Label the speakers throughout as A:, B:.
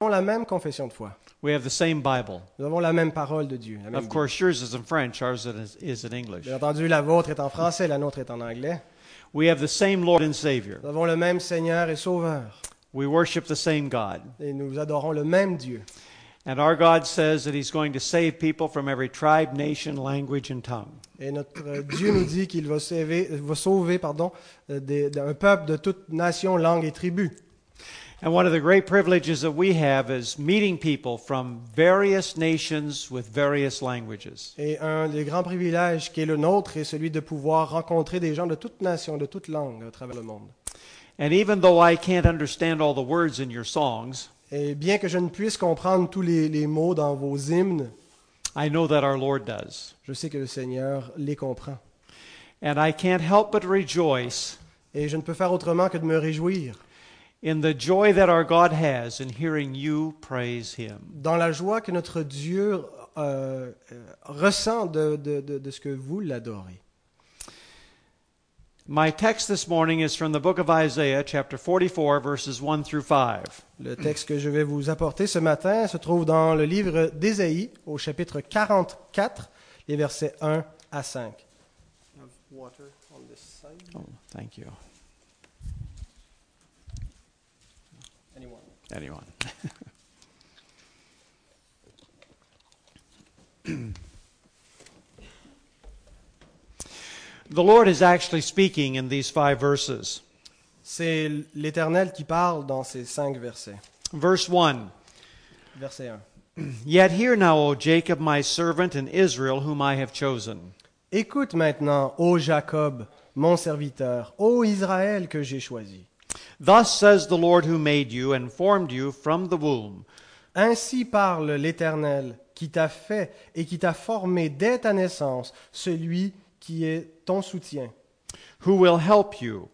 A: avons la même confession de foi.
B: We have the same Bible.
A: Nous avons la même parole de Dieu. la même
B: Of
A: Bible.
B: course, yours is in French, ours is is in English.
A: Bien entendu, la vôtre est en français, la nôtre est en anglais.
B: We have the same Lord and Savior.
A: Nous avons le même Seigneur et Sauveur.
B: We worship the same God.
A: Et nous adorons le même Dieu.
B: And our God says that He's going to save people from every tribe, nation, language, and tongue.
A: Et notre euh, Dieu nous dit qu'il va sauver, va sauver pardon, euh, des- d'un peuple de toute nation, langue et tribu.
B: And one of the great privileges that we have is meeting people from various nations with various languages.
A: Et un des grands privilèges qui est le nôtre est celui de pouvoir rencontrer des gens de toute nation, de toute langue à travers le monde.
B: And even though I can't understand all the words in your songs,
A: Et bien que je ne puisse comprendre tous les, les mots dans vos hymnes,
B: I know that our Lord does.
A: je sais que le Seigneur les comprend.
B: And I can't help but rejoice
A: Et je ne peux faire autrement que de me réjouir
B: in the joy that our God has in hearing you praise Him.
A: dans la joie que notre Dieu euh, euh, ressent de, de- de- de ce que vous l'adorez.
B: My text this morning is from the book of Isaiah, chapter 44, verses 1 through 5.
A: Le texte que je vais vous apporter ce matin se trouve dans le livre d'Ésaïe, au chapitre 44, les versets 1 à 5.
B: Oh, thank you. Anyone. the Lord is actually speaking in these five verses.
A: C'est l'Éternel qui parle dans ces cinq versets.
B: Verse 1
A: Verset 1.
B: Yet hear now, O Jacob, my servant, and Israel, whom I have chosen.
A: Écoute maintenant, ô Jacob, mon serviteur, ô Israël que j'ai choisi.
B: Thus says the Lord who made you and formed you from the womb.
A: Ainsi parle l'Éternel qui t'a fait et qui t'a formé dès ta naissance, celui qui est ton soutien.
B: who will help you.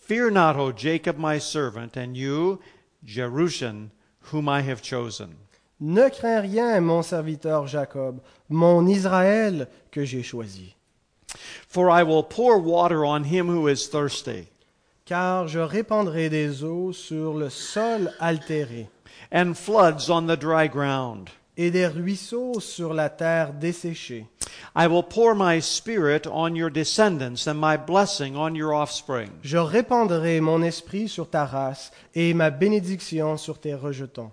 B: Fear not, O Jacob, my servant, and you, Jerushan, whom I have chosen.
A: Ne crains rien, mon serviteur Jacob, mon Israël que j'ai choisi,
B: For I will pour water on him who is thirsty,
A: car je répandrai des eaux sur le sol altéré
B: and floods on the dry ground.
A: et des ruisseaux sur la terre desséchée.
B: I will pour my spirit on your descendants, and my blessing on your offspring.
A: Je répandrai mon esprit sur ta race et ma bénédiction sur tes rejetons.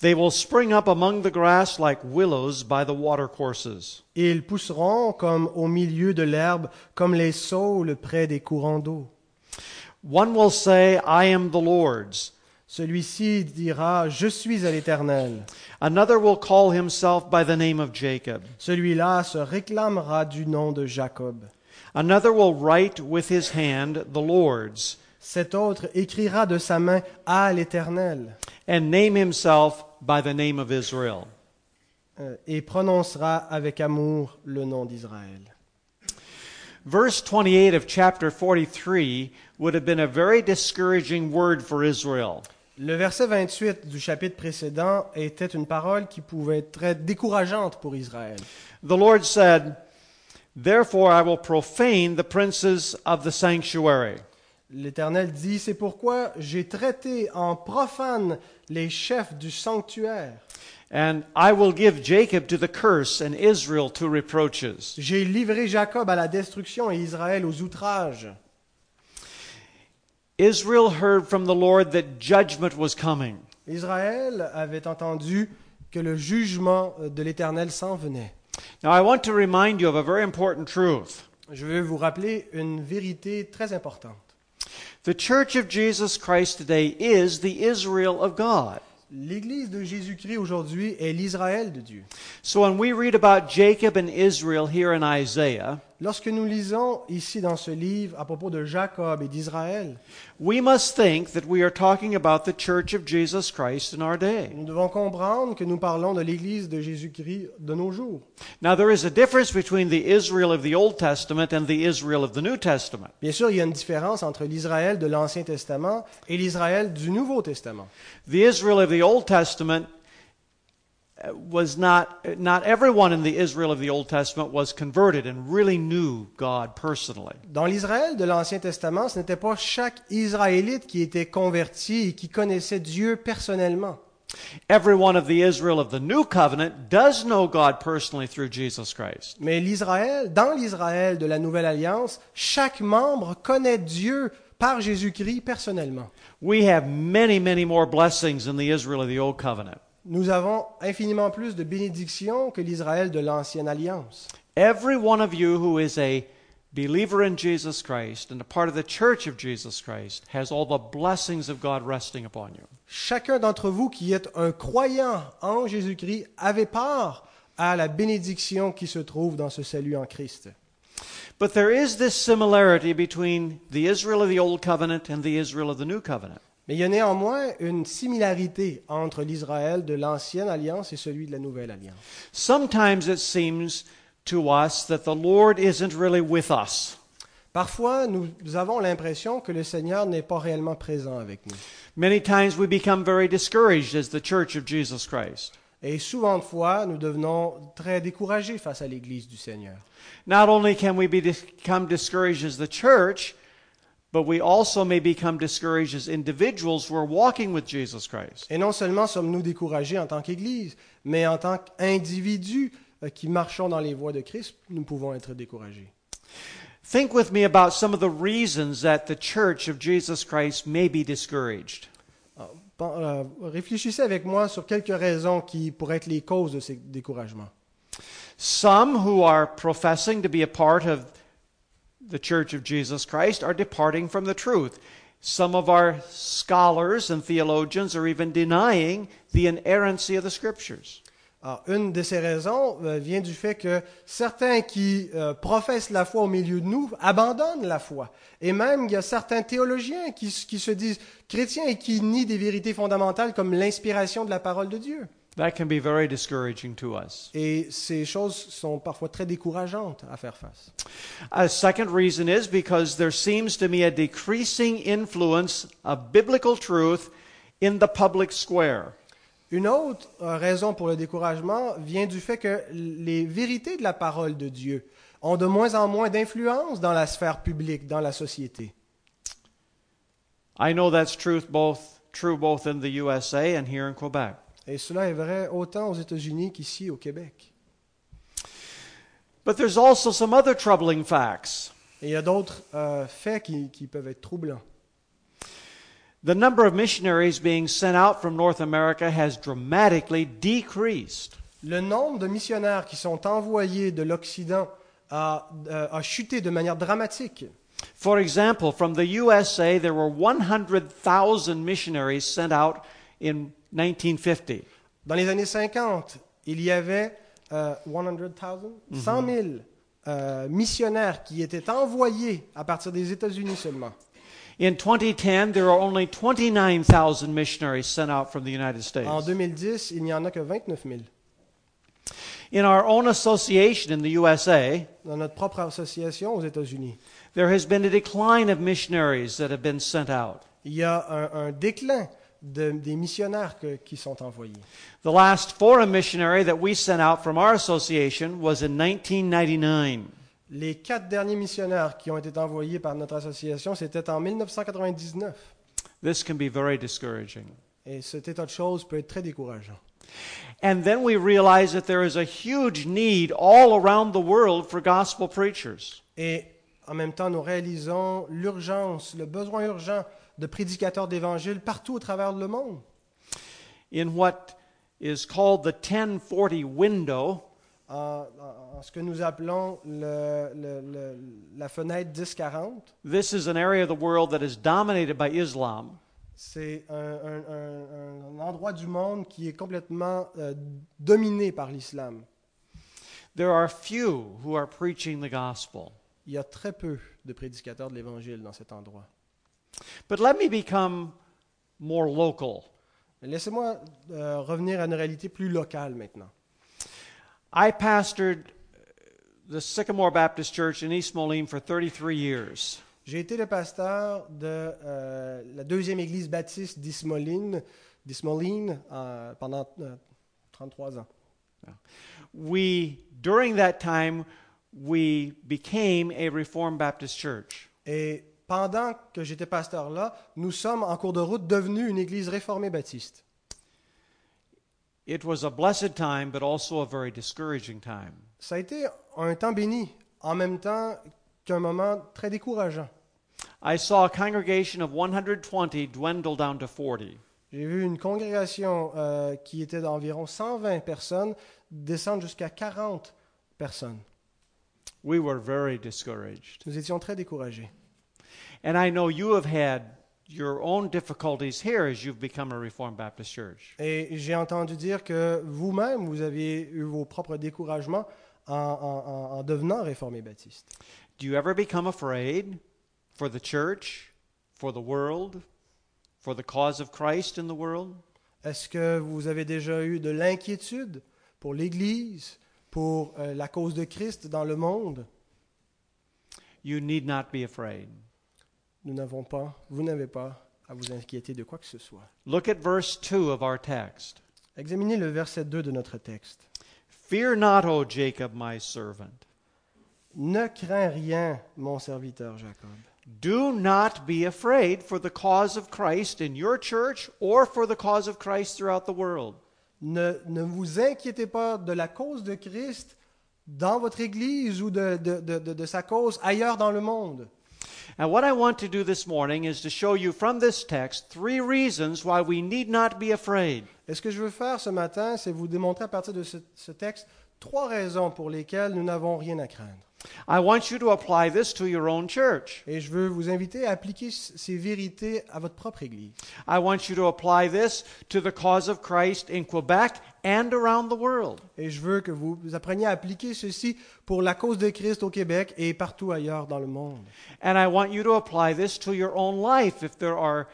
B: They will spring up among the grass like willows by the watercourses.
A: Ils pousseront comme au milieu de l'herbe, comme les saules près des courants d'eau.
B: One will say, I am the Lord's.
A: Celui-ci dira, je suis à l'Éternel.
B: Another will call himself by the name of Jacob.
A: Celui-là se réclamera du nom de Jacob.
B: Another will write with his hand the Lord's,
A: Cet autre écrira de sa main à l'Éternel
B: and name himself by the name of Israel.
A: euh, et prononcera avec amour le nom d'Israël.
B: Verse 28 of chapter 43 would have been a very discouraging word for Israel.
A: Le verset 28 du chapitre précédent était une parole qui pouvait être très décourageante pour Israël.
B: The Lord said, Therefore I will profane the princes of the sanctuary.
A: L'Éternel dit, c'est pourquoi j'ai traité en profane les chefs du sanctuaire.
B: And I will give Jacob to the curse and Israel to reproaches.
A: J'ai livré Jacob à la destruction et Israël aux outrages.
B: Israel heard from the Lord that judgment was coming.
A: Israël avait entendu que le jugement de l'Éternel s'en venait.
B: Now I want to remind you of a very important truth.
A: Je veux vous rappeler une vérité très importante.
B: The Church of Jesus Christ today is the Israel of God.
A: L'Église de Jésus-Christ aujourd'hui est l'Israël de Dieu.
B: So when we read about Jacob and Israel here in Isaiah,
A: Lorsque nous lisons ici dans ce livre à propos de Jacob et d'Israël,
B: we must think that we are talking about the Church of Jesus Christ in our day.
A: nous devons comprendre que nous parlons de l'Église de Jésus-Christ de nos jours.
B: Now there is a difference between the Israel of the Old Testament and the Israel of the New Testament.
A: Bien sûr, il y a une différence entre l'Israël de l'Ancien Testament et l'Israël du Nouveau Testament.
B: The Israel of the Old Testament uh, was not not everyone in the Israel of the Old Testament was converted and really knew God personally.
A: Dans l'Israël de l'Ancien Testament, ce n'était pas chaque Israélite qui était converti et qui connaissait Dieu personnellement.
B: Everyone of the Israel of the new covenant does know God personally through Jesus Christ.
A: Mais l'Israël, dans l'Israël de la Nouvelle Alliance, chaque membre connaît Dieu par Jésus-Christ personnellement.
B: We have many, many more blessings in the Israel of the old covenant.
A: Nous avons infiniment plus de bénédictions que l'Israël de l'ancienne alliance.
B: Every one of you who is a believer in Jesus Christ and a part of the church of Jesus Christ has all the blessings of God resting upon you.
A: Chacun d'entre vous qui êtes un croyant en Jésus-Christ avait part à la bénédiction qui se trouve dans ce salut en Christ.
B: But there is this similarity between the Israel of the old covenant and the Israel of the new covenant.
A: Mais il y a néanmoins une similarité entre l'Israël de l'ancienne alliance et celui de la nouvelle alliance.
B: Sometimes it seems to us that the Lord isn't really with us.
A: Parfois, nous avons l'impression que le Seigneur n'est pas réellement présent avec nous.
B: Many times we become very discouraged as the church of Jesus Christ.
A: Et souvent de fois, nous devenons très découragés face à l'Église du Seigneur.
B: Not only can we be become discouraged as the church, but we also may become discouraged as individuals who are walking with Jesus Christ.
A: Et non seulement sommes-nous découragés en tant qu'Église, mais en tant qu'individus euh, qui marchons dans les voies de Christ, nous pouvons être découragés.
B: Think with me about some of the reasons that the church of Jesus Christ may be discouraged.
A: Alors, pen- euh, réfléchissez avec moi sur quelques raisons qui pourraient être les causes de ces découragements.
B: Some who are professing to be a part of the church of Jesus Christ are departing from the truth. Some of our scholars and theologians are even denying the inerrancy of the scriptures.
A: Alors, Ah, une de ces raisons euh, vient du fait que certains qui euh, professent la foi au milieu de nous abandonnent la foi. Et même, il y a certains théologiens qui, s- qui se disent chrétiens et qui nient des vérités fondamentales comme l'inspiration de la parole de Dieu.
B: That can be very discouraging to us.
A: Et ces choses sont parfois très décourageantes à faire face.
B: A second reason is because there seems to me a decreasing influence of biblical truth in the public square.
A: Une autre euh, raison pour le découragement vient du fait que les vérités de la parole de Dieu ont de moins en moins d'influence dans la sphère publique, dans la société.
B: I know that's truth both true both in the USA and here in Quebec.
A: Et cela est vrai autant aux États-Unis qu'ici au Québec.
B: But there's also some other troubling facts.
A: Et il y a d'autres euh, faits qui, qui peuvent être troublants.
B: The number of missionaries being sent out from North America has dramatically decreased.
A: Le nombre de missionnaires qui sont envoyés de l'Occident a, euh, a chuté de manière dramatique.
B: For example, from the USA, there were 100,000 missionaries sent out in 1950.
A: Dans les années 50, il y avait euh, 100,000, 100 000 euh, missionnaires qui étaient envoyés à partir des États-Unis seulement.
B: In 2010, there are only 29,000 missionaries sent out from the United
A: En
B: States.
A: 2010, il n'y en a que 29 000.
B: In our own association in the USA,
A: Dans notre propre association aux États-Unis,
B: there has been a decline of missionaries that have been sent out.
A: il y a un, un déclin de- des missionnaires que- qui sont envoyés.
B: The last foreign missionary that we sent out from our association was in 1999.
A: Les quatre derniers missionnaires qui ont été envoyés par notre association, c'était en 1999.
B: This can be very discouraging.
A: Et cet état de choses peut être très décourageant.
B: And then we realize that there is a huge need all around the world for gospel preachers.
A: Et en même temps, nous réalisons l'urgence, le besoin urgent de prédicateurs d'évangile partout au travers le monde.
B: In what is called the 1040 window,
A: En, en- en ce que nous appelons le- le- le- la fenêtre 1040,
B: this is an area of the world that is dominated by Islam.
A: c'est un, un- un- un endroit du monde qui est complètement euh, dominé par l'islam.
B: There are few who are preaching the gospel.
A: Il y a très peu de prédicateurs de l'évangile dans cet endroit.
B: But let me become more local.
A: Laissez-moi euh, revenir à une réalité plus locale maintenant.
B: I pastored uh, the Sycamore Baptist Church in East Moline for 33 years.
A: J'ai été le pasteur de euh, la deuxième église baptiste d'Ismoline d'Ismoline, euh, pendant euh, 33 ans.
B: We, during that time, we became a Reformed Baptist church.
A: Et pendant que j'étais pasteur là, nous sommes en cours de route devenus une église réformée baptiste.
B: It was a blessed time, but also a very discouraging time.
A: Ça a été un temps béni, en même temps qu'un moment très décourageant.
B: I saw a congregation of 120 dwindle down to 40.
A: J'ai vu une congrégation euh, qui était d'environ 120 personnes descendre jusqu'à 40 personnes.
B: We were very discouraged.
A: Nous étions très découragés.
B: And I know you have had your own difficulties here as you've become a Reformed Baptist church.
A: Et j'ai entendu dire que vous-même, vous aviez eu vos propres découragements en, en- en- en devenant réformé baptiste.
B: Do you ever become afraid for the church, for the world, for the cause of Christ in the world?
A: Est-ce que vous avez déjà eu de l'inquiétude pour l'Église, pour euh, la cause de Christ dans le monde
B: You need not be afraid.
A: Nous n'avons pas, vous n'avez pas à vous inquiéter de quoi que ce soit.
B: Look at verse 2 of our text.
A: Examinez le verset 2 de notre texte.
B: Fear not, O Jacob, my servant.
A: Ne crains rien, mon serviteur Jacob.
B: Do not be afraid for the cause of Christ in your church or for the cause of Christ throughout the world.
A: Ne, ne vous inquiétez pas de la cause de Christ dans votre Église ou de, de- de- de- de sa cause ailleurs dans le monde.
B: And what I want to do this morning is to show you from this text three reasons why we need not be afraid.
A: Et ce que je veux faire ce matin, c'est vous démontrer à partir de ce, ce texte trois raisons pour lesquelles nous n'avons rien à craindre.
B: I want you to apply this to your own church.
A: Et je veux vous inviter à appliquer c- ces vérités à votre propre Église.
B: I want you to apply this to the cause of Christ in Quebec and around the world.
A: Et je veux que vous appreniez à appliquer ceci pour la cause de Christ au Québec et partout ailleurs dans le monde.
B: And I want you to apply this to your own life if there are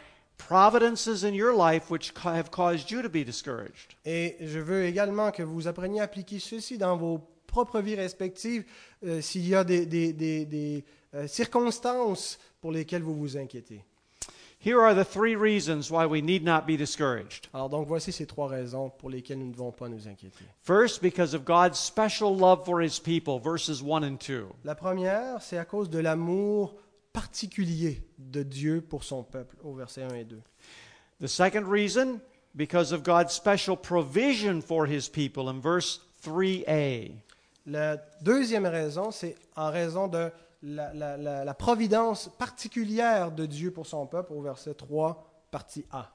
B: providences in your life which ca- have caused you to be discouraged.
A: Et je veux également que vous appreniez à appliquer ceci dans vos propres vies respectives euh, s'il y a des, des- des- des, euh, circonstances pour lesquelles vous vous inquiétez.
B: Here are the three reasons why we need not be discouraged.
A: Alors donc voici ces trois raisons pour lesquelles nous ne devons pas nous inquiéter.
B: First, because of God's special love for his people, verses 1 and 2.
A: La première, c'est à cause de l'amour particulier de Dieu pour son peuple, au verset 1 et 2.
B: The second reason, because of God's special provision for his people in verse 3a.
A: La deuxième raison, c'est en raison de la, la- la- la providence particulière de Dieu pour son peuple, au verset 3, partie A.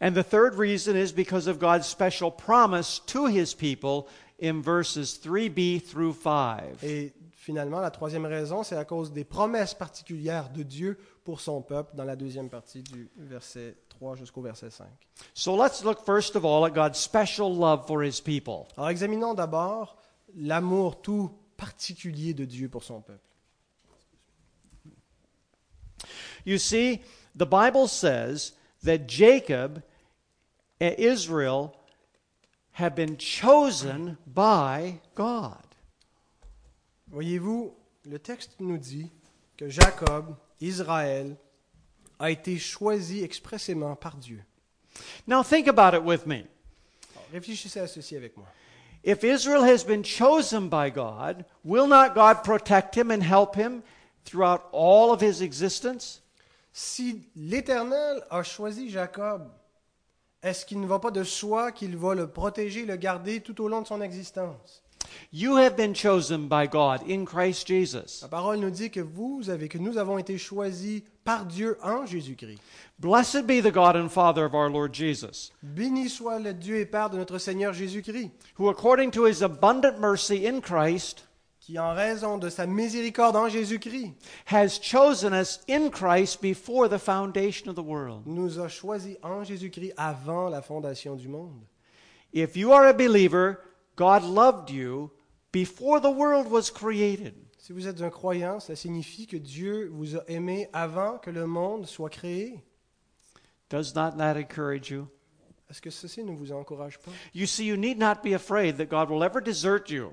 B: And the third reason is because of God's special promise to his people in verses 3b through 5.
A: Et finalement, la troisième raison, c'est à cause des promesses particulières de Dieu pour son peuple dans la deuxième partie du verset 3 jusqu'au verset 5.
B: So let's look first of all at God's special love for his people.
A: Alors examinons d'abord l'amour tout particulier de Dieu pour son peuple.
B: You see, the Bible says that Jacob and Israel have been chosen by God.
A: Voyez-vous, le texte nous dit que Jacob, Israël, a été choisi expressément par Dieu.
B: Now think about it with me.
A: Alors, réfléchissez à ceci avec moi.
B: If Israel has been chosen by God, will not God protect him and help him throughout all of his existence?
A: Si l'Éternel a choisi Jacob, est-ce qu'il ne va pas de soi qu'il va le protéger, le garder tout au long de son existence
B: You have been chosen by God in Christ Jesus.
A: La parole nous dit que vous avez, que nous avons été choisis par Dieu en Jésus-Christ.
B: Blessed be the God and Father of our Lord Jesus,
A: Béni soit le Dieu et Père de notre Seigneur Jésus-Christ,
B: who according to his abundant mercy in Christ
A: qui en raison de sa miséricorde en Jésus-Christ,
B: has chosen us in Christ before the foundation of the world.
A: nous a choisis en Jésus-Christ avant la fondation du monde.
B: If you are a believer, God loved you before the world was created.
A: Si vous êtes un croyant, ça signifie que Dieu vous a aimé avant que le monde soit créé.
B: Does not that encourage you?
A: Est-ce que ceci ne vous encourage pas
B: You see, you need not be afraid that God will ever desert you.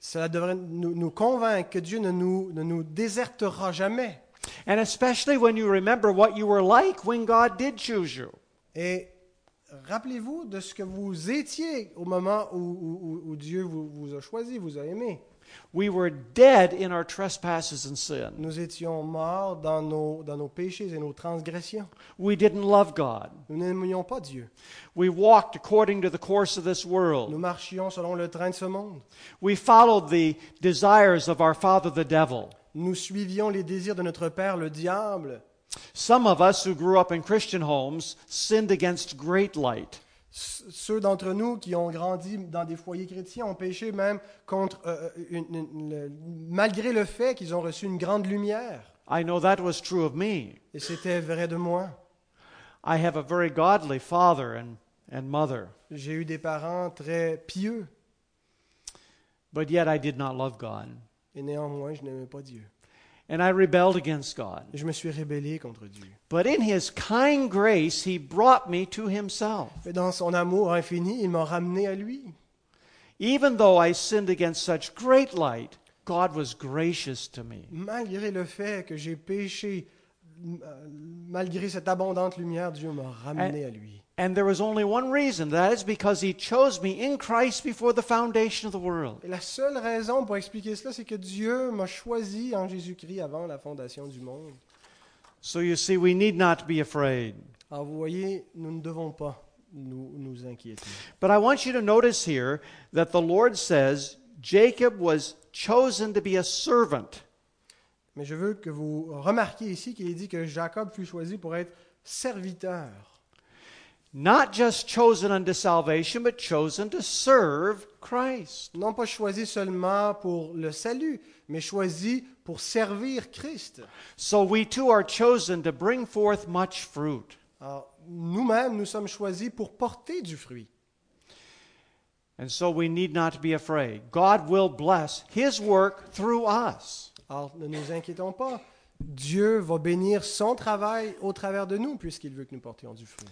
A: Cela devrait nous, nous convaincre que Dieu ne nous, ne nous désertera jamais.
B: And especially when you remember what you were like when God did choose you.
A: Et rappelez-vous de ce que vous étiez au moment où, où- où- où Dieu vous, vous a choisi, vous a aimé.
B: We were dead in our trespasses and sin.
A: Nous étions morts dans nos, dans nos péchés et nos transgressions.
B: We didn't love God.
A: Nous n'aimions pas Dieu.
B: We walked according to the course of this
A: Nous
B: world.
A: marchions selon le train de ce monde.
B: We followed the desires of our father, the devil.
A: Nous suivions les désirs de notre Père, le diable.
B: Some of us who grew up in Christian homes sinned against great light.
A: C- Ceux d'entre nous qui ont grandi dans des foyers chrétiens ont péché même contre, euh, une- une- le- malgré le fait qu'ils ont reçu une grande lumière.
B: I know that was true of me.
A: Et c'était vrai de moi.
B: I have a very godly father and, and mother,
A: J'ai eu des parents très pieux
B: but yet I did not love God.
A: et néanmoins je n'aimais pas Dieu.
B: And I rebelled against God.
A: Je me suis rébellé contre Dieu.
B: But in his kind grace, he brought me to himself.
A: Mais dans son amour infini, il m'a ramené à lui.
B: Even though I sinned against such great light, God was gracious to me.
A: Malgré le fait que j'ai péché, m- euh, malgré cette abondante lumière, Dieu m'a ramené à lui.
B: And there was only one reason that is because he chose me in Christ before the foundation of the world.
A: Et la seule raison pour expliquer cela, c'est que Dieu m'a choisi en Jésus-Christ avant la fondation du monde.
B: So you see, we need not be afraid.
A: Alors vous voyez, nous ne devons pas nous, nous inquiéter.
B: But I want you to notice here that the Lord says Jacob was chosen to be a servant.
A: Mais je veux que vous remarquiez ici qu'il est dit que Jacob fut choisi pour être serviteur.
B: Not just chosen unto salvation, but chosen to serve Christ.
A: Non pas choisi seulement pour le salut, mais choisi pour servir Christ.
B: So we too are chosen to bring forth much fruit.
A: Alors, nous-mêmes, nous sommes choisis pour porter du fruit.
B: And so we need not be afraid. God will bless his work through us.
A: Alors, ne nous inquiétons pas. Dieu va bénir son travail au travers de nous, puisqu'il veut que nous portions du fruit.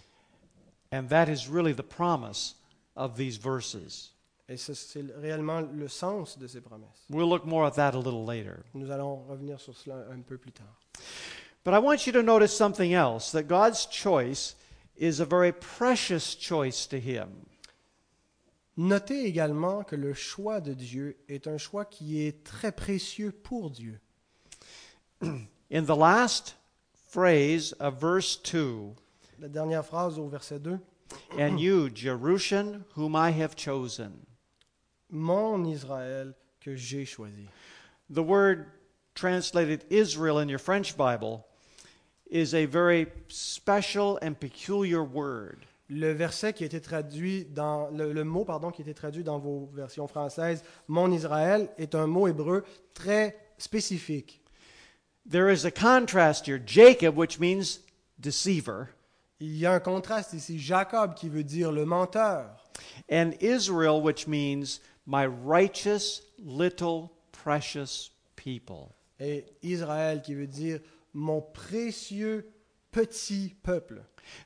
B: And that is really the promise of these verses.
A: Et ce- c'est réellement le sens de ces promesses.
B: We'll look more at that a little later.
A: Nous allons revenir sur cela un peu plus tard.
B: But I want you to notice something else that God's choice is a very precious choice to him.
A: Notez également que le choix de Dieu est un choix qui est très précieux pour Dieu.
B: In the last phrase of verse 2,
A: La dernière phrase au verset 2,
B: and you, Jerushan, whom I have chosen.
A: Mon Israël que j'ai choisi.
B: The word translated Israel in your French Bible is a very special and peculiar word.
A: Le verset qui a été traduit dans le, le mot pardon qui a été traduit dans vos versions françaises, mon Israël est un mot hébreu très spécifique.
B: There is a contrast here Jacob, which means deceiver,
A: Il y a un contraste ici, Jacob qui veut dire le menteur
B: and Israel, which means my righteous little precious people.
A: et Israël qui veut dire mon précieux petit peuple.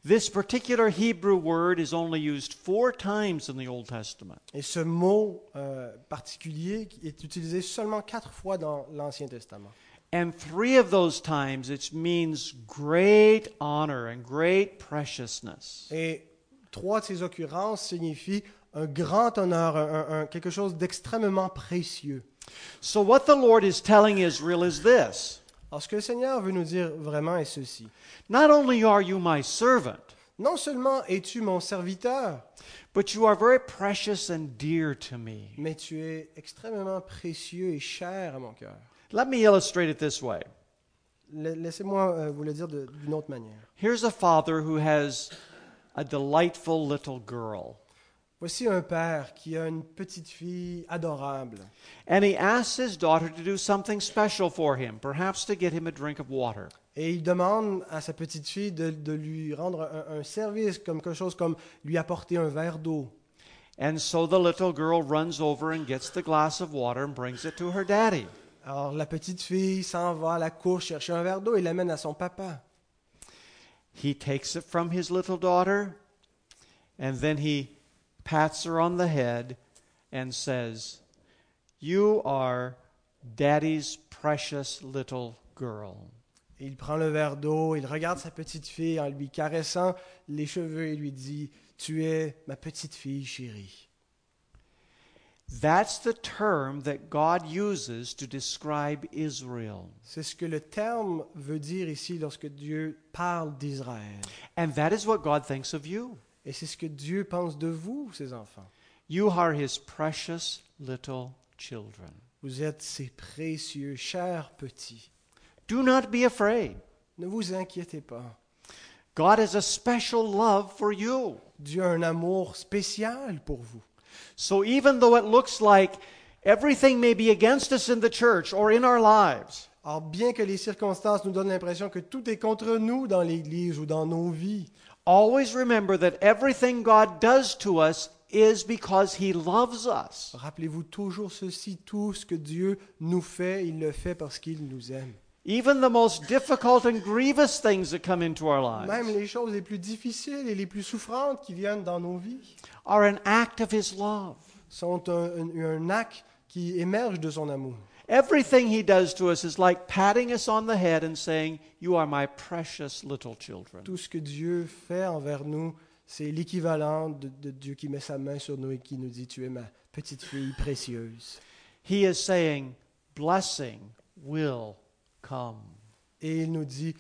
B: This particular Hebrew word is only used four times in the Old Testament.
A: Et ce mot euh, particulier qui est utilisé seulement quatre fois dans l'Ancien Testament.
B: And three of those times it means great honor and great preciousness.
A: Et trois de ces occurrences signifient un grand honneur, un- un- un- quelque chose d'extrêmement précieux.
B: So, what the Lord is telling Israel is this
A: Alors ce que le Seigneur veut nous dire vraiment est ceci.
B: Not only are you my servant,
A: Non seulement es-tu mon serviteur,
B: but you are very precious and dear to me.
A: mais tu es extrêmement précieux et cher à mon cœur.
B: Let me illustrate it this way
A: La- Laissez-moi euh, vous le dire de- d'une autre manière.
B: Here's a father who has a delightful little girl,
A: Voici un père qui a une petite fille adorable.
B: and he asks his daughter to do something special for him, perhaps to get him a drink of water.
A: Et il demande à sa petite fille de, de lui rendre un, un service, comme quelque chose comme lui apporter un verre d'eau.
B: And so the little girl runs over and gets the glass of water and brings it to her daddy.
A: Alors la petite fille s'en va à la cour chercher un verre d'eau et l'amène à son papa.
B: He takes it from his little daughter, and then he pats her on the head and says, You are daddy's precious little girl.
A: Et il prend le verre d'eau, il regarde sa petite fille en lui caressant les cheveux et lui dit Tu es ma petite fille chérie.
B: That's the term that God uses to describe Israel.
A: C'est ce que le terme veut dire ici lorsque Dieu parle d'Israël.
B: And that is what God thinks of you.
A: Et c'est ce que Dieu pense de vous, ses enfants.
B: You are his precious little children.
A: Vous êtes ses précieux, chers petits.
B: Do not be afraid.
A: Ne vous inquiétez pas.
B: God has a special love for you.
A: Dieu a un amour spécial pour vous.
B: So even though it looks like everything may be against us in the church or in our lives,
A: Alors, bien que les circonstances nous donnent l'impression que tout est contre nous dans l'Église ou dans nos vies,
B: always remember that everything God does to us is because he loves us.
A: rappelez-vous toujours ceci, tout ce que Dieu nous fait, il le fait parce qu'il nous aime.
B: Even the most difficult and grievous things that come into our
A: Même
B: lives
A: les choses les plus difficiles et les plus souffrantes qui viennent dans nos vies
B: are an act of his love.
A: sont un, un- un acte qui émerge de son amour.
B: Everything he does to us is like patting us on the head and saying, You are my precious little children.
A: Tout ce que Dieu fait envers nous, c'est l'équivalent de, de Dieu qui met sa main sur nous et qui nous dit Tu es ma petite fille précieuse.
B: He is saying, Blessing will come.
A: Et il nous dit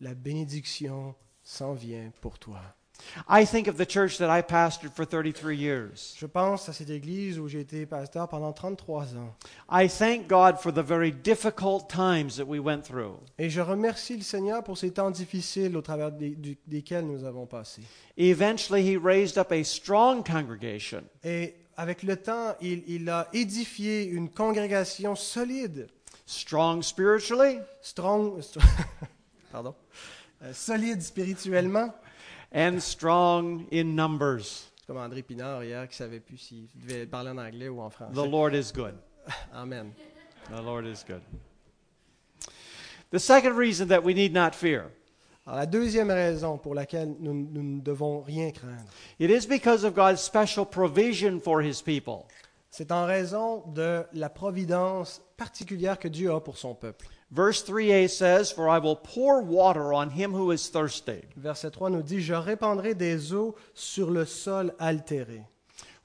A: La bénédiction s'en vient pour toi.
B: I think of the church that I pastored for 33 years.
A: Je pense à cette église où j'ai été pasteur pendant 33 ans.
B: I thank God for the very difficult times that we went through.
A: Et je remercie le Seigneur pour ces temps difficiles au travers des- du- desquels nous avons passé.
B: Eventually, he raised up a strong congregation.
A: Et avec le temps, il, il a édifié une congrégation solide,
B: Strong spiritually,
A: strong, pardon, euh, solide spirituellement.
B: and strong in numbers.
A: C'est comme André Pinard hier qui savait plus s'il devait parler en anglais ou en
B: The
A: français.
B: Lord is good.
A: Amen.
B: The Lord is good. The second reason that we need not fear
A: Alors la deuxième raison pour laquelle nous, nous ne devons rien craindre,
B: it is because of God's special provision for his people.
A: c'est en raison de la providence particulière que Dieu a pour son peuple.
B: Verse 3a says, For I will pour water on him who is thirsty.
A: Verset 3 nous dit, Je répandrai des eaux sur le sol altéré.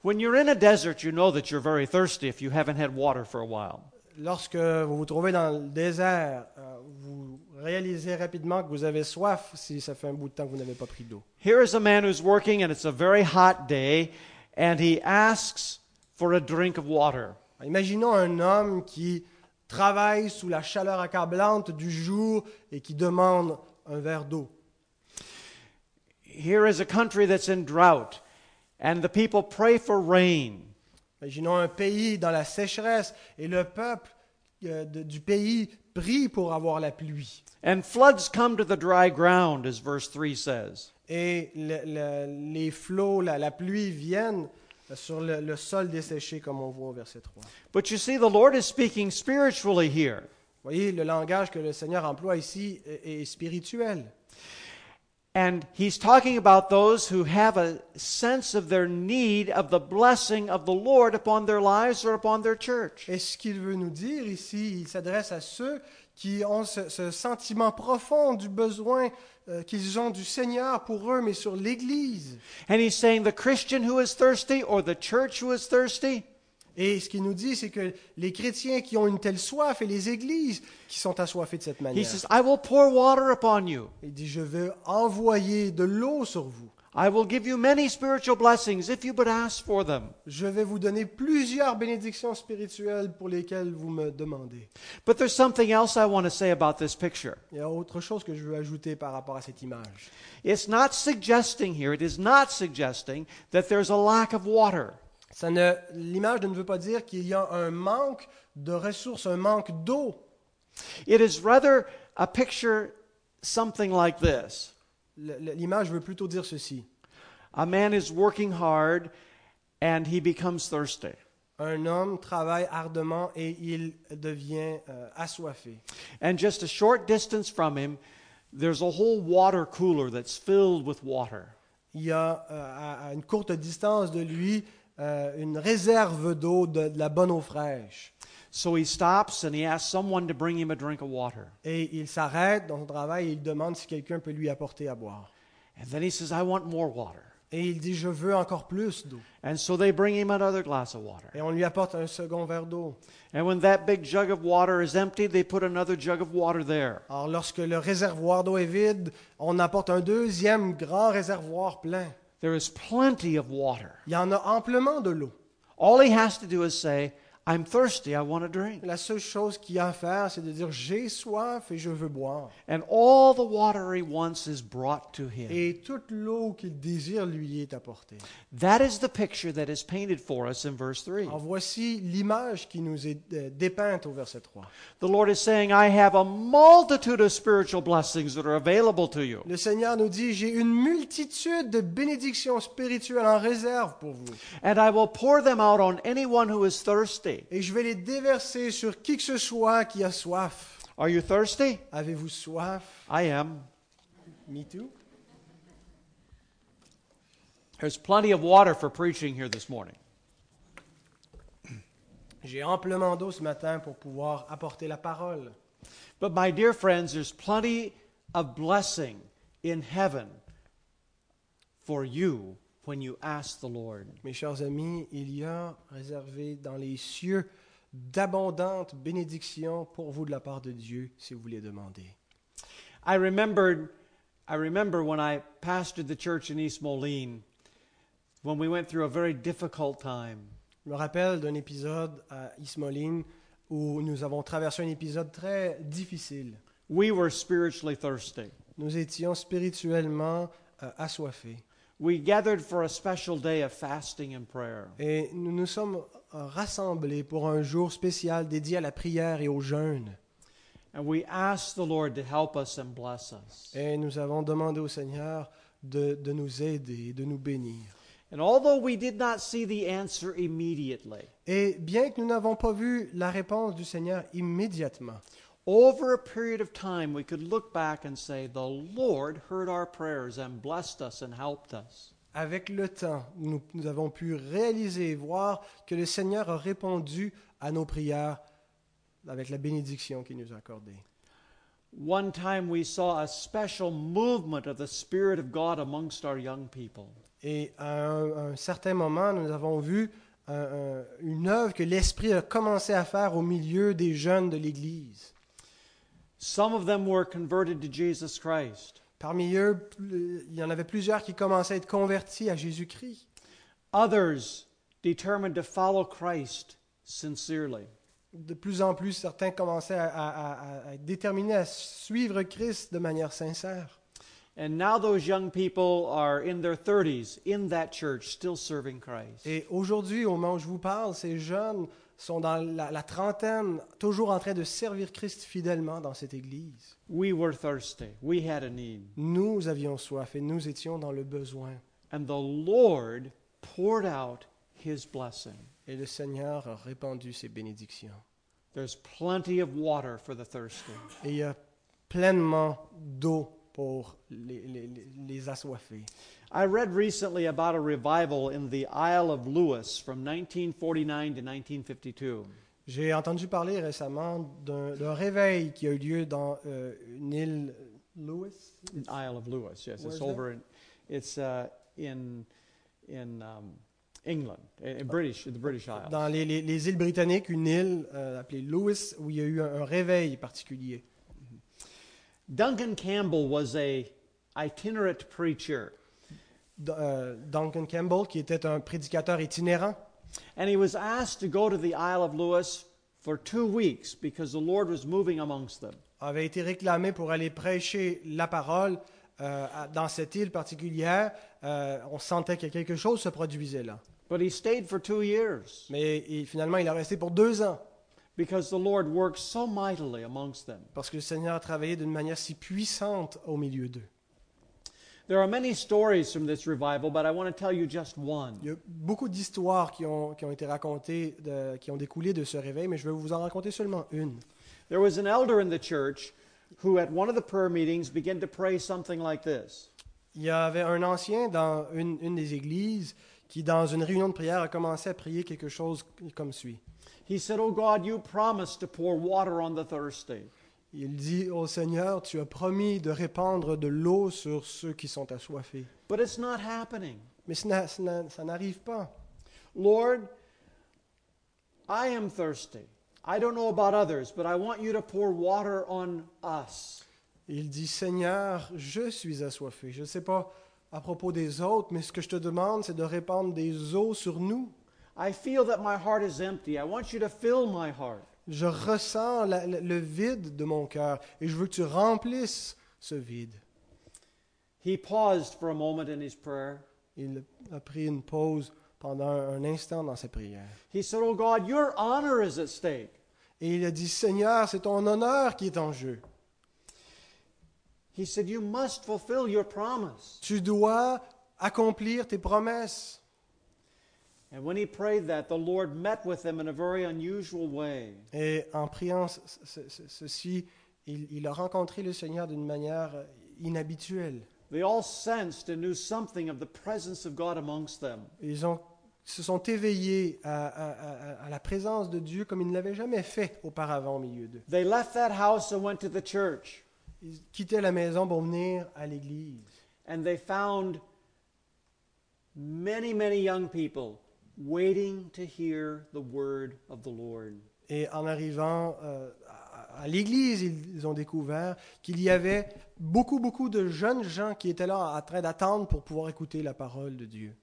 B: When you're in a desert, you know that you're very thirsty if you haven't had water for a while.
A: Lorsque vous vous trouvez dans le désert, euh, vous réalisez rapidement que vous avez soif si ça fait un bout de temps que vous n'avez pas pris d'eau.
B: Here is a man who's working, and it's a very hot day, and he asks for a drink of water.
A: Imaginons un homme qui travaille sous la chaleur accablante du jour et qui demande un verre d'eau.
B: Here is a country that's in drought, and the people pray for rain.
A: Imaginons un pays dans la sécheresse et le peuple euh, de- du pays prie pour avoir la pluie.
B: And floods come to the dry ground, as verse 3 says.
A: Et le- le- les flots, la, la pluie viennent sur le, le sol desséché comme on voit au verset 3.
B: But you see, the Lord is speaking spiritually here.
A: Vous voyez, le langage que le Seigneur emploie ici est, est spirituel.
B: And he's talking about those who have a sense of their need of the blessing of the Lord upon their lives or upon their church.
A: Et ce qu'il veut nous dire ici, il s'adresse à ceux qui ont ce, ce sentiment profond du besoin euh, qu'ils ont du Seigneur pour eux, mais sur l'Église.
B: And he's saying the Christian who is thirsty or the church who is thirsty,
A: Et ce qu'il nous dit, c'est que les chrétiens qui ont une telle soif et les églises qui sont assoiffées de cette
B: he
A: manière,
B: says, I will pour water upon you.
A: il dit, je veux envoyer de l'eau sur vous.
B: I will give you many spiritual blessings if you but ask for them.
A: Je vais vous donner plusieurs bénédictions spirituelles pour lesquelles vous me demandez.
B: But there's something else I want to say about this picture.
A: Il y a autre chose que je veux ajouter par rapport à cette image.
B: It's not suggesting here, it is not suggesting that there's a lack of water.
A: Ça ne, l'image ne veut pas dire qu'il y a un manque de ressources, un manque d'eau.
B: It is rather a picture something like this.
A: Le- le- L'image veut plutôt dire ceci.
B: A man is working hard and he becomes thirsty.
A: Un homme travaille ardemment et il devient euh, assoiffé.
B: And just a short distance from him, there's a whole water cooler that's filled with water.
A: Il y a euh, à, à une courte distance de lui euh, une réserve d'eau, de, de la bonne eau fraîche.
B: So he stops and he asks someone to bring him a drink of water.
A: Et il s'arrête dans son travail et il demande si quelqu'un peut lui apporter à boire.
B: And then he says, I want more water.
A: Et il dit, je veux encore plus d'eau.
B: And so they bring him another glass of water.
A: Et on lui apporte un second verre d'eau.
B: And when that big jug of water is empty, they put another jug of water there.
A: Alors lorsque le réservoir d'eau est vide, on apporte un deuxième grand réservoir plein.
B: There is plenty of water.
A: Il y en a amplement de l'eau.
B: All he has to do is say, I'm thirsty, I want to drink.
A: La seule chose qu'il y a à faire, c'est de dire, j'ai soif et je veux boire.
B: And all the water he wants is brought to him.
A: Et toute l'eau qu'il désire lui est apportée.
B: That is the picture that is painted for us in verse 3.
A: Alors voici l'image qui nous est euh, dépeinte au verset 3.
B: The Lord is saying, I have a multitude of spiritual blessings that are available to you.
A: Le Seigneur nous dit, j'ai une multitude de bénédictions spirituelles en réserve pour vous.
B: And I will pour them out on anyone who is thirsty.
A: Et je vais les déverser sur qui que ce soit qui a soif.
B: Are you thirsty?
A: Avez-vous soif?
B: I am.
A: Me too.
B: There's plenty of water for preaching here this morning.
A: J'ai amplement d'eau ce matin pour pouvoir apporter la parole.
B: But my dear friends, there's plenty of blessing in heaven for you when you ask the Lord.
A: Mes chers amis, il y a réservé dans les cieux d'abondantes bénédictions pour vous de la part de Dieu si vous les demandez.
B: I remembered I remember when I pastored the church in East Moline when we went through a very difficult time.
A: Je me rappelle d'un épisode à Ismoline où nous avons traversé un épisode très difficile.
B: We were spiritually thirsty.
A: Nous étions spirituellement euh, assoiffés
B: We gathered for a special day of fasting and prayer.
A: et nous nous sommes euh, rassemblés pour un jour spécial dédié à la prière et au jeûne.
B: And we asked the Lord to help us and bless us.
A: Et nous avons demandé au Seigneur de, de nous aider, de nous bénir.
B: And although we did not see the answer immediately,
A: Et bien que nous n'avons pas vu la réponse du Seigneur immédiatement,
B: Over a period of time, we could look back and say, The Lord heard our prayers and blessed us and helped us.
A: avec le temps, nous, nous avons pu réaliser et voir que le Seigneur a répondu à nos prières avec la bénédiction qu'il nous a accordée.
B: One time, we saw a special movement of the Spirit of God amongst our young people.
A: Et à un, un certain moment, nous avons vu un- un- une œuvre que l'Esprit a commencé à faire au milieu des jeunes de l'Église.
B: Some of them were converted to Jesus Christ,
A: Parmi eux, plus- il y en avait plusieurs qui commençaient à être convertis à Jésus-Christ.
B: others determined to follow Christ sincerely.
A: de plus en plus, certains commençaient à, à- à- à être déterminés à suivre Christ de manière sincère.
B: And now, those young people are in their 30s in that church, still serving Christ.
A: Et aujourd'hui, au moment où je vous parle, ces jeunes sont dans la, la trentaine, toujours en train de servir Christ fidèlement dans cette Église.
B: We were thirsty, we had a need.
A: Nous avions soif et nous étions dans le besoin.
B: And the Lord poured out his blessing.
A: Et le Seigneur a répandu ses bénédictions.
B: There's plenty of water for the thirsty.
A: Et il y a pleinement d'eau pour les- les- les- les assoiffés.
B: I read recently about a revival in the Isle of Lewis from 1949 to 1952.
A: J'ai entendu parler récemment d'un d'un réveil qui a eu lieu dans euh, une île Lewis.
B: Isle of Lewis, yes,
A: Where's
B: it's
A: that?
B: over in, it's uh, in in um, England, in, in British, in the British Isles.
A: Dans les, les- les îles britanniques, une île euh, appelée Lewis où il y a eu un, un réveil particulier.
B: Duncan Campbell was a itinerant preacher,
A: D- euh, Duncan Campbell, qui était un prédicateur itinérant,
B: and he was asked to go to the Isle of Lewis for two weeks because the Lord was moving amongst them.
A: avait été réclamé pour aller prêcher la parole euh, à- dans cette île particulière. Euh, on sentait que quelque chose se produisait là.
B: But he stayed for two years
A: Mais il- finalement, il est resté pour deux ans
B: because the Lord worked so mightily amongst them.
A: parce que le Seigneur a travaillé d'une manière si puissante au milieu d'eux.
B: There are many stories from this revival, but I want to tell you just one.
A: Il y a beaucoup d'histoires qui ont, qui ont été racontées, de- qui ont découlé de ce réveil, mais je vais vous en raconter seulement une.
B: There was an elder in the church who, at one of the prayer meetings, began to pray something like this
A: Il y avait un ancien dans une, une des églises qui, dans une réunion de prière, a commencé à prier quelque chose comme suit.
B: He said, Oh God, you promised to pour water on the thirsty.
A: Il dit, Ô Seigneur, tu as promis de répandre de l'eau sur ceux qui sont assoiffés,
B: But it's not happening.
A: Mais ça n'a- ça n'a- ça n'arrive pas.
B: Lord, I am thirsty. I don't know about others, but I want you to pour water on us.
A: Il dit, Seigneur, je suis assoiffé. Je ne sais pas à propos des autres, mais ce que je te demande, c'est de répandre des eaux sur nous.
B: I feel that my heart is empty. I want you to fill my heart.
A: Je ressens la- la- le vide de mon cœur et je veux que tu remplisses ce vide.
B: He paused for a moment in his prayer.
A: Il a pris une pause pendant un, un instant dans ses prières.
B: He said, Oh God, your honor is at stake.
A: Et il a dit, Seigneur, c'est ton honneur qui est en jeu.
B: He said, You must fulfill your promise.
A: Tu dois accomplir tes promesses.
B: And when he prayed that, the Lord met with him in a very unusual way.
A: Et en priant ce- ce- ce- ceci, il, il a rencontré le Seigneur d'une manière euh, inhabituelle.
B: They all sensed and knew something of the presence of God amongst them.
A: Ils ont- se sont éveillés à, à- à- à la présence de Dieu comme ils ne l'avaient jamais fait auparavant au milieu d'eux.
B: They left that house and went to the church,
A: Ils quittaient la maison pour venir à l'église.
B: and they found many, many young people waiting to hear the word of the Lord.
A: Et en arrivant euh, à, à l'église, ils, ils ont découvert qu'il y avait beaucoup, beaucoup de jeunes gens qui étaient là en train d'attendre pour pouvoir écouter la parole de Dieu.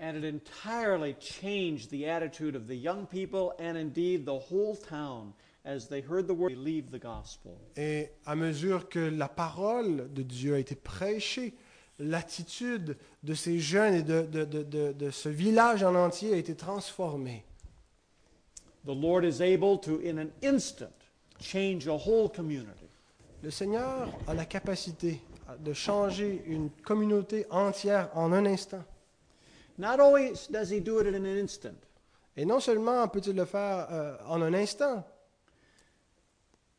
B: And it entirely changed the attitude of the young people and indeed the whole town as they heard the word, believed the gospel.
A: Et à mesure que la parole de Dieu a été prêchée, l'attitude de ces jeunes et de, de- de- de- de ce village en entier a été transformée.
B: The Lord is able to, in an instant, change a whole community.
A: Le Seigneur a la capacité de changer une communauté entière en un instant.
B: Not always does He do it in an instant,
A: Et non seulement peut-il le faire euh, en un instant,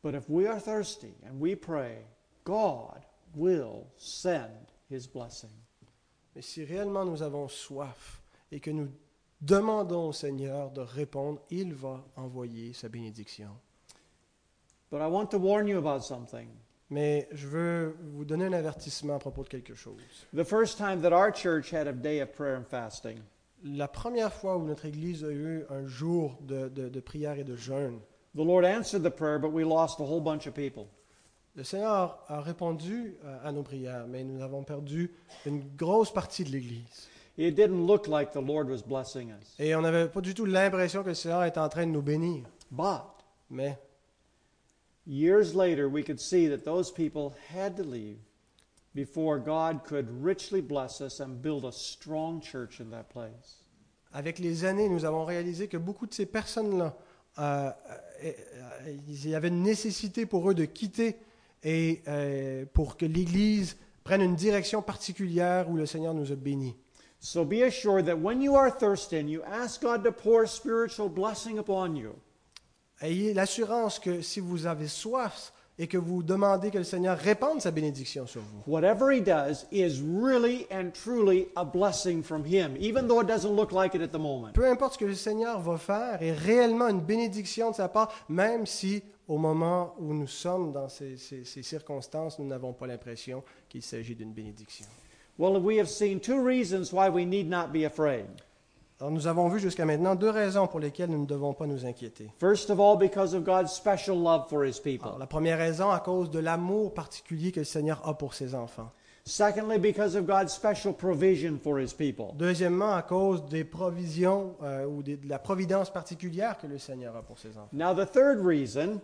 B: but if we are thirsty and we pray, God will send His blessing.
A: Mais si réellement nous avons soif et que nous demandons au Seigneur de répondre, il va envoyer sa bénédiction.
B: But I want to warn you about something.
A: Mais je veux vous donner un avertissement à propos de quelque chose.
B: The first time that our church had a day of prayer and fasting,
A: La première fois où notre Église a eu un jour de, de- de prière et de jeûne,
B: the Lord answered the prayer, but we lost a whole bunch of people.
A: le Seigneur a répondu euh, à à nos prières, mais nous avons perdu une grosse partie de l'Église.
B: It didn't look like the Lord was blessing us.
A: Et on n'avait pas du tout l'impression que le Seigneur était en train de nous bénir.
B: But
A: Mais
B: years later, we could see that those people had to leave before God could richly bless us and build a strong church in that place.
A: Avec les années, nous avons réalisé que beaucoup de ces personnes-là, euh, euh, euh, il y avait une nécessité pour eux de quitter et euh, pour que l'Église prenne une direction particulière où le Seigneur nous a bénis.
B: So be assured that when you are thirsty and you ask God to pour spiritual blessing upon you,
A: Ayez l'assurance que si vous avez soif et que vous demandez que le Seigneur répande sa bénédiction sur vous,
B: whatever He does is really and truly a blessing from Him, even though it doesn't look like it at the moment.
A: peu importe ce que le Seigneur va faire, est réellement une bénédiction de sa part, même si au moment où nous sommes dans ces- ces- ces circonstances, nous n'avons pas l'impression qu'il s'agit d'une bénédiction.
B: Well, we have seen two reasons why we need not be afraid.
A: Alors nous avons vu jusqu'à maintenant deux raisons pour lesquelles nous ne devons pas nous inquiéter.
B: First of all, because of God's special love for His people.
A: Alors, la première raison, à cause de l'amour particulier que le Seigneur a pour ses enfants.
B: Secondly, because of God's special provision for his people.
A: Deuxièmement, à cause des provisions euh, ou des- de la providence particulière que le Seigneur a pour ses enfants.
B: Now, the third reason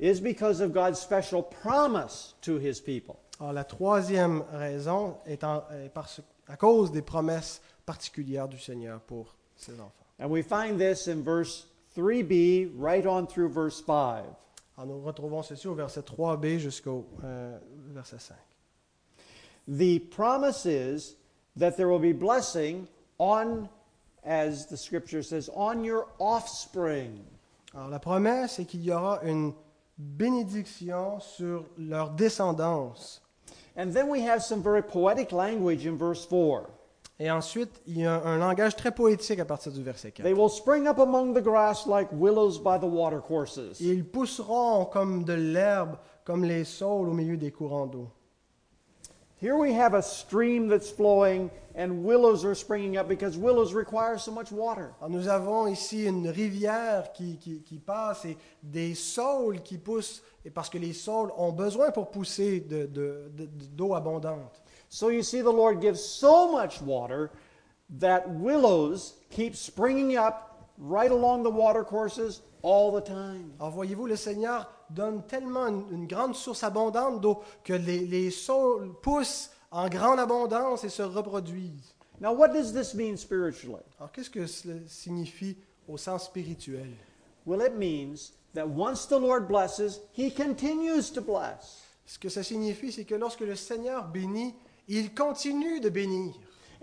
B: is because of God's special promise to his people.
A: Alors la troisième raison est, en- est parce- à cause des promesses particulières du Seigneur pour ses enfants.
B: And we find this in verse 3b, right on through verse 5.
A: Alors nous retrouvons ceci au verset 3b jusqu'au euh, verset 5.
B: The promise is that there will be blessing on, as the scripture says, on your offspring.
A: Alors la promesse est qu'il y aura une bénédiction sur leur descendance.
B: And then we have some very poetic language in verse 4.
A: Et ensuite, il y a un langage très poétique à partir du verset 4.
B: They will spring up among the grass like willows by the watercourses.
A: Ils pousseront comme de l'herbe, comme les saules au milieu des courants d'eau.
B: Here we have a stream that's flowing and willows are springing up because willows require so much water.
A: Alors, nous avons ici une rivière qui, qui- qui passe et des saules qui poussent, et parce que les saules ont besoin pour pousser de- de- de- d'eau abondante.
B: So you see, the Lord gives so much water that willows keep springing up right along the water courses all the time.
A: Alors voyez-vous, le Seigneur donne tellement une, une grande source abondante d'eau que les, les saules poussent en grande abondance et se reproduisent.
B: Now, what does this mean spiritually?
A: Alors qu'est-ce que cela signifie au sens spirituel?
B: Well, it means that once the Lord blesses, He continues to bless.
A: Ce que ça signifie, c'est que lorsque le Seigneur bénit, il continue de bénir.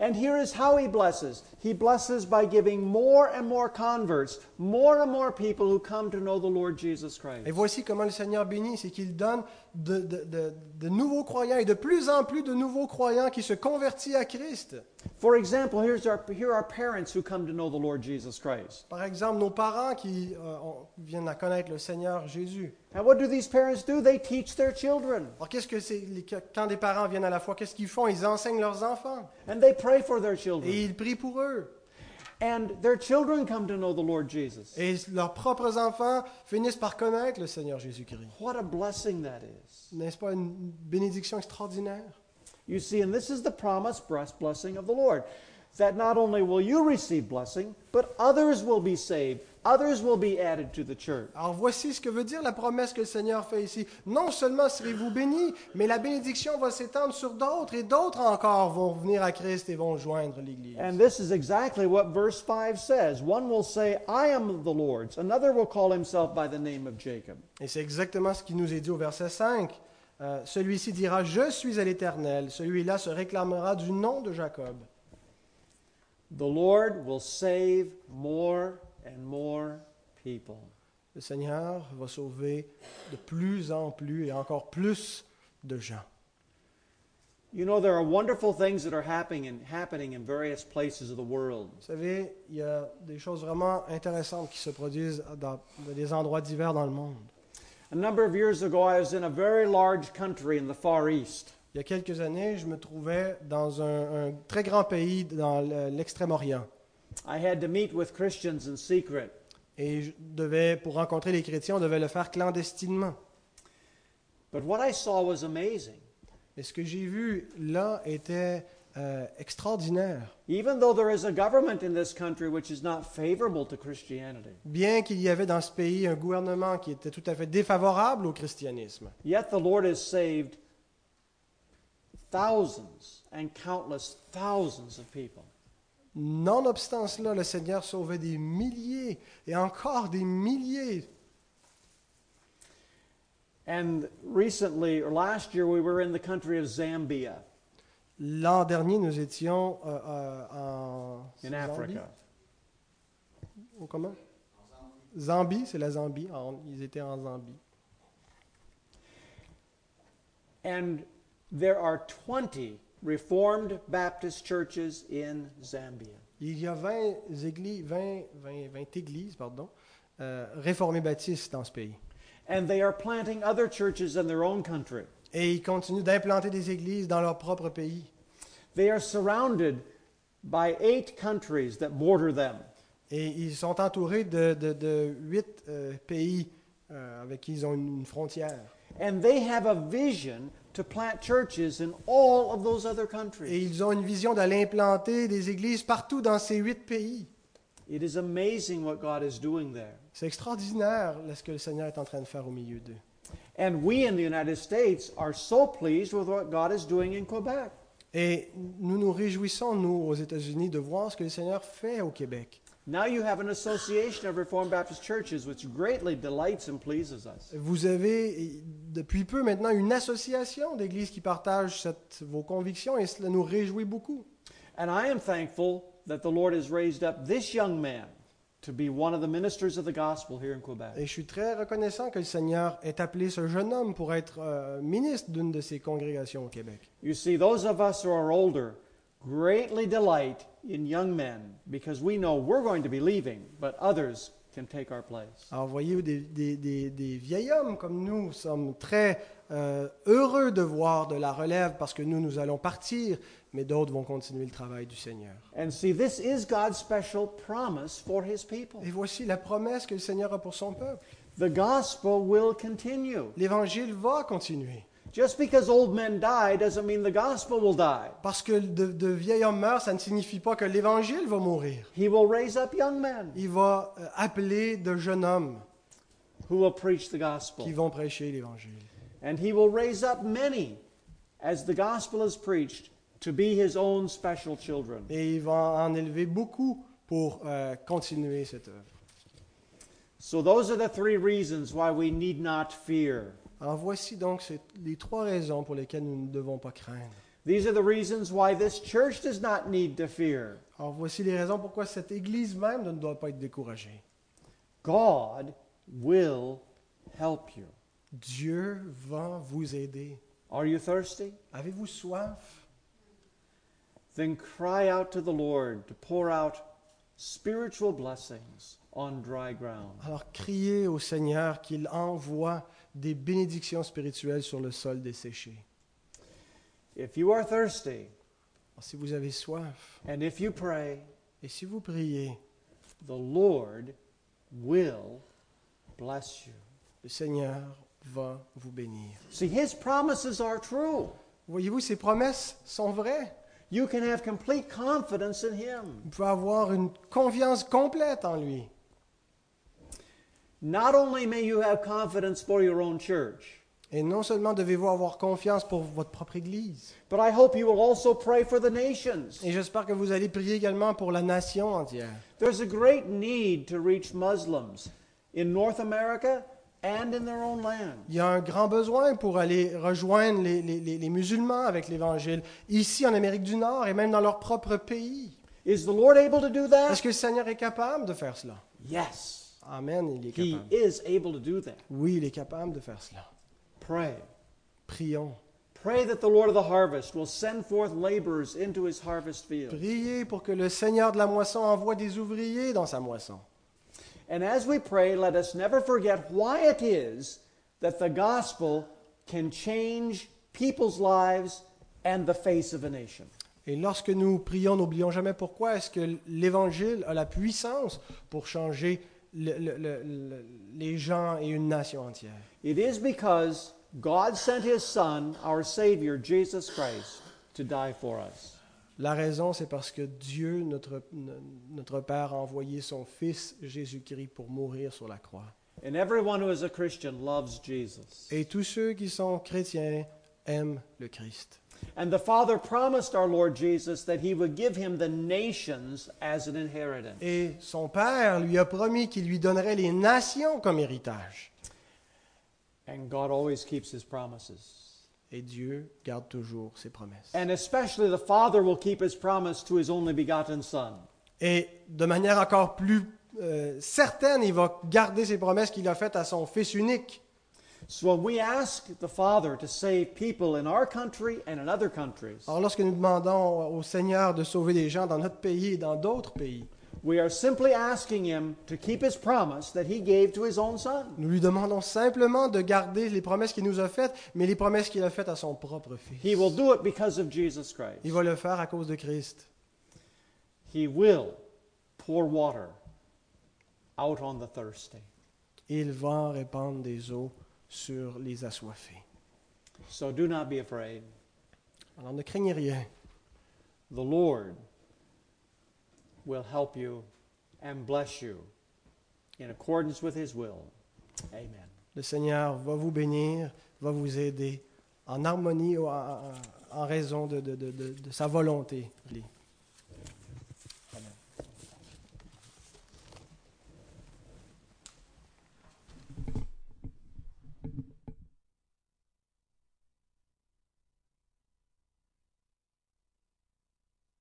B: And here is how He blesses He blesses by giving more and more converts, more and more people who come to know the Lord Jesus Christ.
A: Et voici comment le Seigneur bénit, c'est qu'il donne de, de- de- de nouveaux croyants et de plus en plus de nouveaux croyants qui se convertissent à Christ.
B: For example, here's our, here are parents who come to know the Lord Jesus Christ.
A: Par exemple, nos parents qui euh, ont- viennent à connaître le Seigneur Jésus.
B: And what do these parents do? They teach their children.
A: Alors qu'est-ce que c'est les- quand des parents viennent à la foi, qu'est-ce qu'ils font Ils enseignent leurs enfants
B: And they pray for their children.
A: et ils prient pour eux.
B: And their children come to know the Lord Jesus.
A: Et leurs propres enfants finissent par connaître le Seigneur Jésus-Christ.
B: What a blessing that is.
A: N'est-ce pas une bénédiction extraordinaire
B: You see, and this is the promised bless- blessing of the Lord that not only will you receive blessing, but others will be saved, others will be added to the church.
A: Alors voici ce que veut dire la promesse que le Seigneur fait ici. Non seulement serez-vous bénis, mais la bénédiction va s'étendre sur d'autres et d'autres encore vont venir à Christ et vont joindre l'Église.
B: And this is exactly what verse 5 says. One will say, I am the Lord's. Another will call himself by the name of Jacob.
A: Et c'est exactement ce qui nous est dit au verset 5. Euh, Celui-ci dira, je suis à l'Éternel. Celui-là se réclamera du nom de Jacob.
B: The Lord will save more and more people.
A: Le Seigneur va sauver de plus en plus et encore plus de gens.
B: You know, there are wonderful things that are happening in, happening in various places of the world.
A: Vous savez, il y a des choses vraiment intéressantes qui se produisent dans dans des endroits divers dans le monde.
B: A number of years ago, I was in a very large country in the Far East.
A: Il y a quelques années, je me trouvais dans un, un très grand pays dans le- l'Extrême-Orient.
B: I had to meet with Christians in secret.
A: Et je devais, pour rencontrer les chrétiens, on devait le faire clandestinement.
B: But what I saw was amazing.
A: Et ce que j'ai vu là était euh, extraordinaire.
B: Even though there is a government in this country which is not favorable to Christianity,
A: Bien qu'il y avait dans ce pays un gouvernement qui était tout à fait défavorable au christianisme,
B: yet the Lord has saved thousands and countless thousands of people.
A: nonobstant cela, le Seigneur sauvait des milliers et encore des milliers.
B: And recently, or last year, we were in the country of Zambia
A: L'an dernier, nous étions euh, euh, en
B: in
A: Zambie.
B: Africa.
A: Au comment Zambie, c'est la Zambie. Ah, on- ils étaient en Zambie.
B: And there are 20 Reformed Baptist churches in Zambia.
A: Il y a 20 églises, 20, 20, 20 églises pardon, euh, réformées baptistes dans ce pays.
B: And they are planting other churches in their own country.
A: Et ils continuent d'implanter des églises dans leur propre pays.
B: They are surrounded by eight countries that border them.
A: Et ils sont entourés de, de, de huit euh, pays euh, avec qui ils ont une, une frontière.
B: And they have a vision to plant churches in all of those other
A: Et
B: countries.
A: ils ont une vision d'aller implanter des églises partout dans ces huit pays.
B: It is amazing what God is doing there.
A: C'est extraordinaire là, ce que le Seigneur est en train de faire au milieu d'eux.
B: And we in the United States are so pleased with what God is doing in Quebec.
A: Et nous nous réjouissons, nous, aux États-Unis, de voir ce que le Seigneur fait au Québec.
B: Now you have an association of Reformed Baptist churches which greatly delights and pleases us.
A: Vous avez et, depuis peu maintenant une association d'églises qui partagent cette- vos convictions et cela nous réjouit beaucoup.
B: And I am thankful that the Lord has raised up this young man to be one of the ministers of the gospel here in Quebec.
A: Et je suis très reconnaissant que le Seigneur ait appelé ce jeune homme pour être euh, ministre d'une de ses congrégations au Québec.
B: You see, those of us who are older greatly delight in young men because we know we're going to be leaving, but others can take our place.
A: Alors voyez, des, des- des- des vieils hommes comme nous sommes très euh, heureux de voir de la relève parce que nous, nous allons partir, mais d'autres vont continuer le travail du Seigneur.
B: And see, this is God's special promise for his people.
A: Et voici la promesse que le Seigneur a pour son peuple.
B: The gospel will continue.
A: L'Évangile va continuer.
B: Just because old men die doesn't mean the gospel will die.
A: Parce que de, de vieil homme meurt, ça ne signifie pas que l'Évangile va mourir.
B: He will raise up young men
A: Il va euh, appeler de jeunes hommes
B: who will preach the
A: qui
B: gospel.
A: vont prêcher l'Évangile.
B: And he will raise up many as the gospel is preached to be his own special children.
A: Et il va en élever beaucoup pour euh, continuer cette œuvre.
B: So, those are the three reasons why we need not fear.
A: Alors voici donc ces- les trois raisons pour lesquelles nous ne devons pas craindre.
B: These are the reasons why this church does not need to fear.
A: Alors voici les raisons pourquoi cette Église même ne doit pas être découragée.
B: God will help you.
A: Dieu va vous aider.
B: Are you thirsty?
A: Avez-vous soif?
B: Then cry out to the Lord to pour out spiritual blessings on dry ground.
A: Alors criez au Seigneur qu'il envoie des bénédictions spirituelles sur le sol desséché.
B: If you are thirsty
A: Alors, si vous avez soif
B: and if you pray,
A: et si vous priez,
B: the Lord will bless you.
A: le Seigneur va vous bénir.
B: See, his promises are true.
A: Voyez-vous, ces promesses sont vraies.
B: You can have complete confidence in him.
A: Vous pouvez avoir une confiance complète en lui.
B: Not only may you have confidence for your own church,
A: Et non seulement devez-vous avoir confiance pour votre propre Église,
B: but I hope you will also pray for the nations.
A: et j'espère que vous allez prier également pour la nation entière.
B: There's a great need to reach Muslims in North America and in their own land.
A: Il y a un grand besoin pour aller rejoindre les, les- les- les musulmans avec l'Évangile, ici en Amérique du Nord et même dans leur propre pays.
B: Is the Lord able to do
A: Est-ce
B: that?
A: que le Seigneur est capable de faire cela?
B: Yes,
A: Amen, il est
B: He
A: capable.
B: is able to do that.
A: Oui, il est capable de faire cela.
B: Pray.
A: Prions.
B: Pray that the Lord of the harvest will send forth laborers into his harvest field.
A: Priez pour que le Seigneur de la moisson envoie des ouvriers dans sa moisson.
B: And as we pray, let us never forget why it is that the gospel can change people's lives and the face of a nation.
A: Et lorsque nous prions, n'oublions jamais pourquoi est-ce que l'Évangile a la puissance pour changer le- le- le- le- les gens et une nation entière.
B: It is because God sent his Son, our Savior, Jesus Christ, to die for us.
A: La raison, c'est parce que Dieu, notre, notre Père, a envoyé son Fils Jésus-Christ pour mourir sur la croix.
B: And everyone who is a Christian loves Jesus.
A: Et tous ceux qui sont chrétiens aiment le Christ.
B: And the Father promised our Lord Jesus that he would give him the nations as an inheritance.
A: Et son Père lui a promis qu'il lui donnerait les nations comme héritage.
B: And God always keeps his promises.
A: Et Dieu garde toujours ses promesses.
B: And especially the Father will keep his promise to his only begotten Son.
A: Et de manière encore plus euh, certaine, il va garder ses promesses qu'il a faites à son Fils unique.
B: So when we ask the Father to save people in our country and in other countries,
A: Alors lorsque nous demandons au Seigneur de sauver les gens dans notre pays et dans d'autres pays,
B: we are simply asking him to keep his promise that he gave to his own Son.
A: nous lui demandons simplement de garder les promesses qu'il nous a faites, mais les promesses qu'il a faites à son propre
B: He
A: Fils.
B: will do it because of Jesus Christ.
A: Il va le faire à cause de Christ.
B: He will pour water out on the thirsty.
A: Il va répandre des eaux sur les assoiffés.
B: So do not be afraid.
A: Alors ne craignez rien.
B: The Lord will help you and bless you in accordance with his will. Amen.
A: Le Seigneur va vous bénir, va vous aider en harmonie ou en, en- en raison de, de- de- de- de sa volonté. Lee.